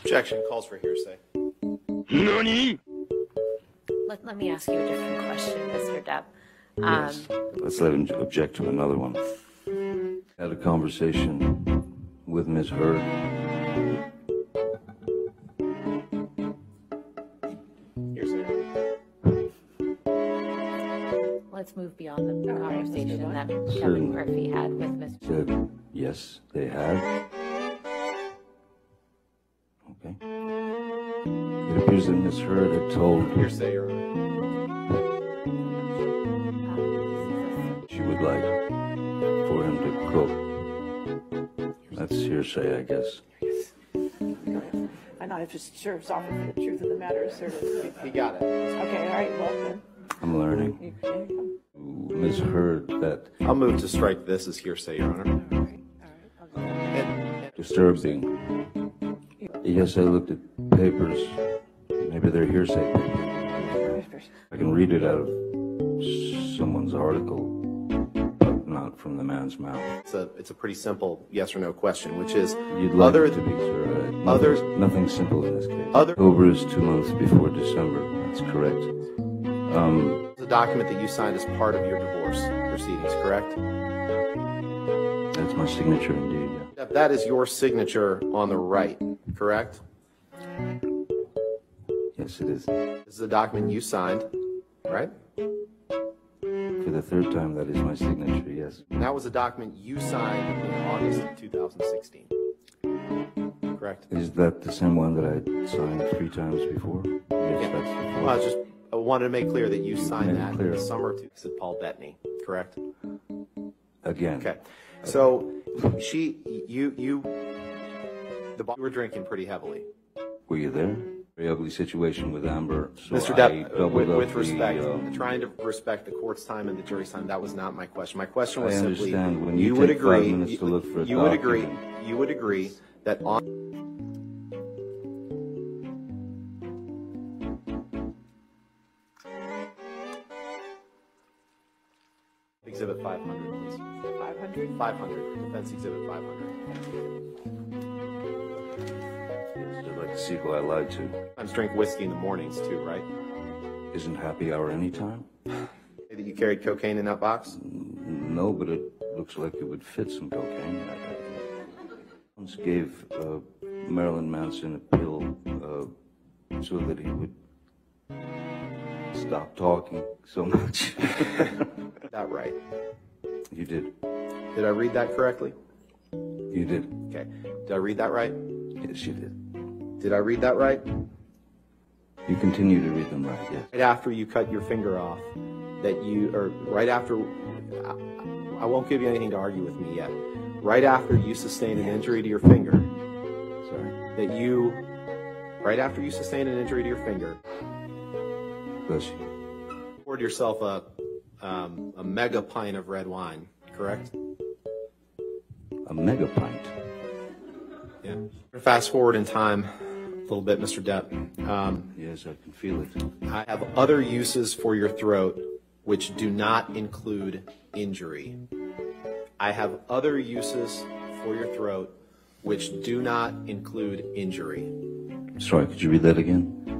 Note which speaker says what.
Speaker 1: Objection calls for hearsay.
Speaker 2: Let, let me ask you a different question, Mr. Depp. Um,
Speaker 3: Yes. Let's let him object to another one. Had a conversation with Ms. Heard.
Speaker 1: Hearsay.
Speaker 2: Let's move beyond the conversation that Kevin Murphy had with Mr.
Speaker 3: Said, yes, they have. Okay. It appears that Ms. Heard had told
Speaker 1: Hearsay, Your Honor.
Speaker 2: Um,
Speaker 3: she would like for him to cook. That's hearsay, I guess.
Speaker 4: I know, if it serves off of the truth of the matter, is there, okay,
Speaker 1: He got it.
Speaker 4: all right, well,
Speaker 3: I'm learning.
Speaker 4: then, there you
Speaker 3: Ms. Heard that
Speaker 1: I'll move to strike this as hearsay, Your Honor.
Speaker 4: go. All right, all right. I'll
Speaker 3: disturbing. Yes, I looked at papers. Maybe they're hearsay papers.
Speaker 4: go first.
Speaker 3: I can read it out of someone's article, but not from the man's mouth.
Speaker 1: It's a, it's a pretty simple yes or no question, which is
Speaker 3: You'd like
Speaker 1: other
Speaker 3: it to be sir. Uh,
Speaker 1: other-
Speaker 3: nothing- nothing simple in this case.
Speaker 1: Other-
Speaker 3: October is two months before December. That's correct. Um,
Speaker 1: the document that you signed as part of your divorce proceedings, correct?
Speaker 3: that's my signature indeed. yeah.
Speaker 1: Depp, That is your signature on the right, correct?
Speaker 3: Yes, it is.
Speaker 1: This is a document you signed, right?
Speaker 3: For the third time, that is my signature. Yes,
Speaker 1: And that was a document you signed in August of 2016, correct?
Speaker 3: is that the same one that I signed three times before? Yes,
Speaker 1: Yeah.
Speaker 3: that's the
Speaker 1: Well, I
Speaker 3: fourth.
Speaker 1: was just, I wanted to make clear that you signed
Speaker 3: made it
Speaker 1: that in
Speaker 3: clear.
Speaker 1: the summer to to Paul Bettany, correct?
Speaker 3: Again.
Speaker 1: Okay, so she, you, you, the, bar- you were drinking pretty heavily.
Speaker 3: Were you there? Very ugly situation with Amber. So
Speaker 1: Mr.
Speaker 3: I
Speaker 1: Depp,
Speaker 3: doubled
Speaker 1: uh, with,
Speaker 3: up
Speaker 1: with
Speaker 3: the,
Speaker 1: respect,
Speaker 3: um,
Speaker 1: trying to respect the court's time and the jury's time, that was not my question. My question
Speaker 3: I
Speaker 1: was simply,
Speaker 3: understand. When
Speaker 1: you
Speaker 3: you
Speaker 1: would
Speaker 3: take five
Speaker 1: agree,
Speaker 3: minutes to
Speaker 1: you-
Speaker 3: look for a
Speaker 1: you would agree,
Speaker 3: document.
Speaker 1: you would agree that on, exhibit 500, please.
Speaker 4: 500?
Speaker 1: 500, defense exhibit 500.
Speaker 3: I'd like to see who I lied to.
Speaker 1: Sometimes drink whiskey in the mornings too, right?
Speaker 3: Isn't happy hour anytime?
Speaker 1: That you carried cocaine in that box?
Speaker 3: No, but it looks like it would fit some cocaine. I- I- Once gave uh, Marilyn Manson a pill uh, so that he would stop talking so much.
Speaker 1: That right.
Speaker 3: you did.
Speaker 1: Did I read that correctly?
Speaker 3: You did.
Speaker 1: Okay. Did I read that right?
Speaker 3: Yes, you did.
Speaker 1: Did I read that right?
Speaker 3: You continue to read them right, yes.
Speaker 1: Right after you cut your finger off, that you, or right after, I, I won't give you anything to argue with me yet. Right after you sustained an injury to your finger,
Speaker 3: Sorry.
Speaker 1: that you, right after you sustained an injury to your finger,
Speaker 3: Bless you.
Speaker 1: poured yourself a, um, a mega pint of red wine, correct?
Speaker 3: A mega pint.
Speaker 1: Yeah. Fast forward in time a little bit, Mr. Depp. Um,
Speaker 3: Yes, I can feel it.
Speaker 1: I have other uses for your throat which do not include injury. I have other uses for your throat which do not include injury.
Speaker 3: Sorry, could you read that again?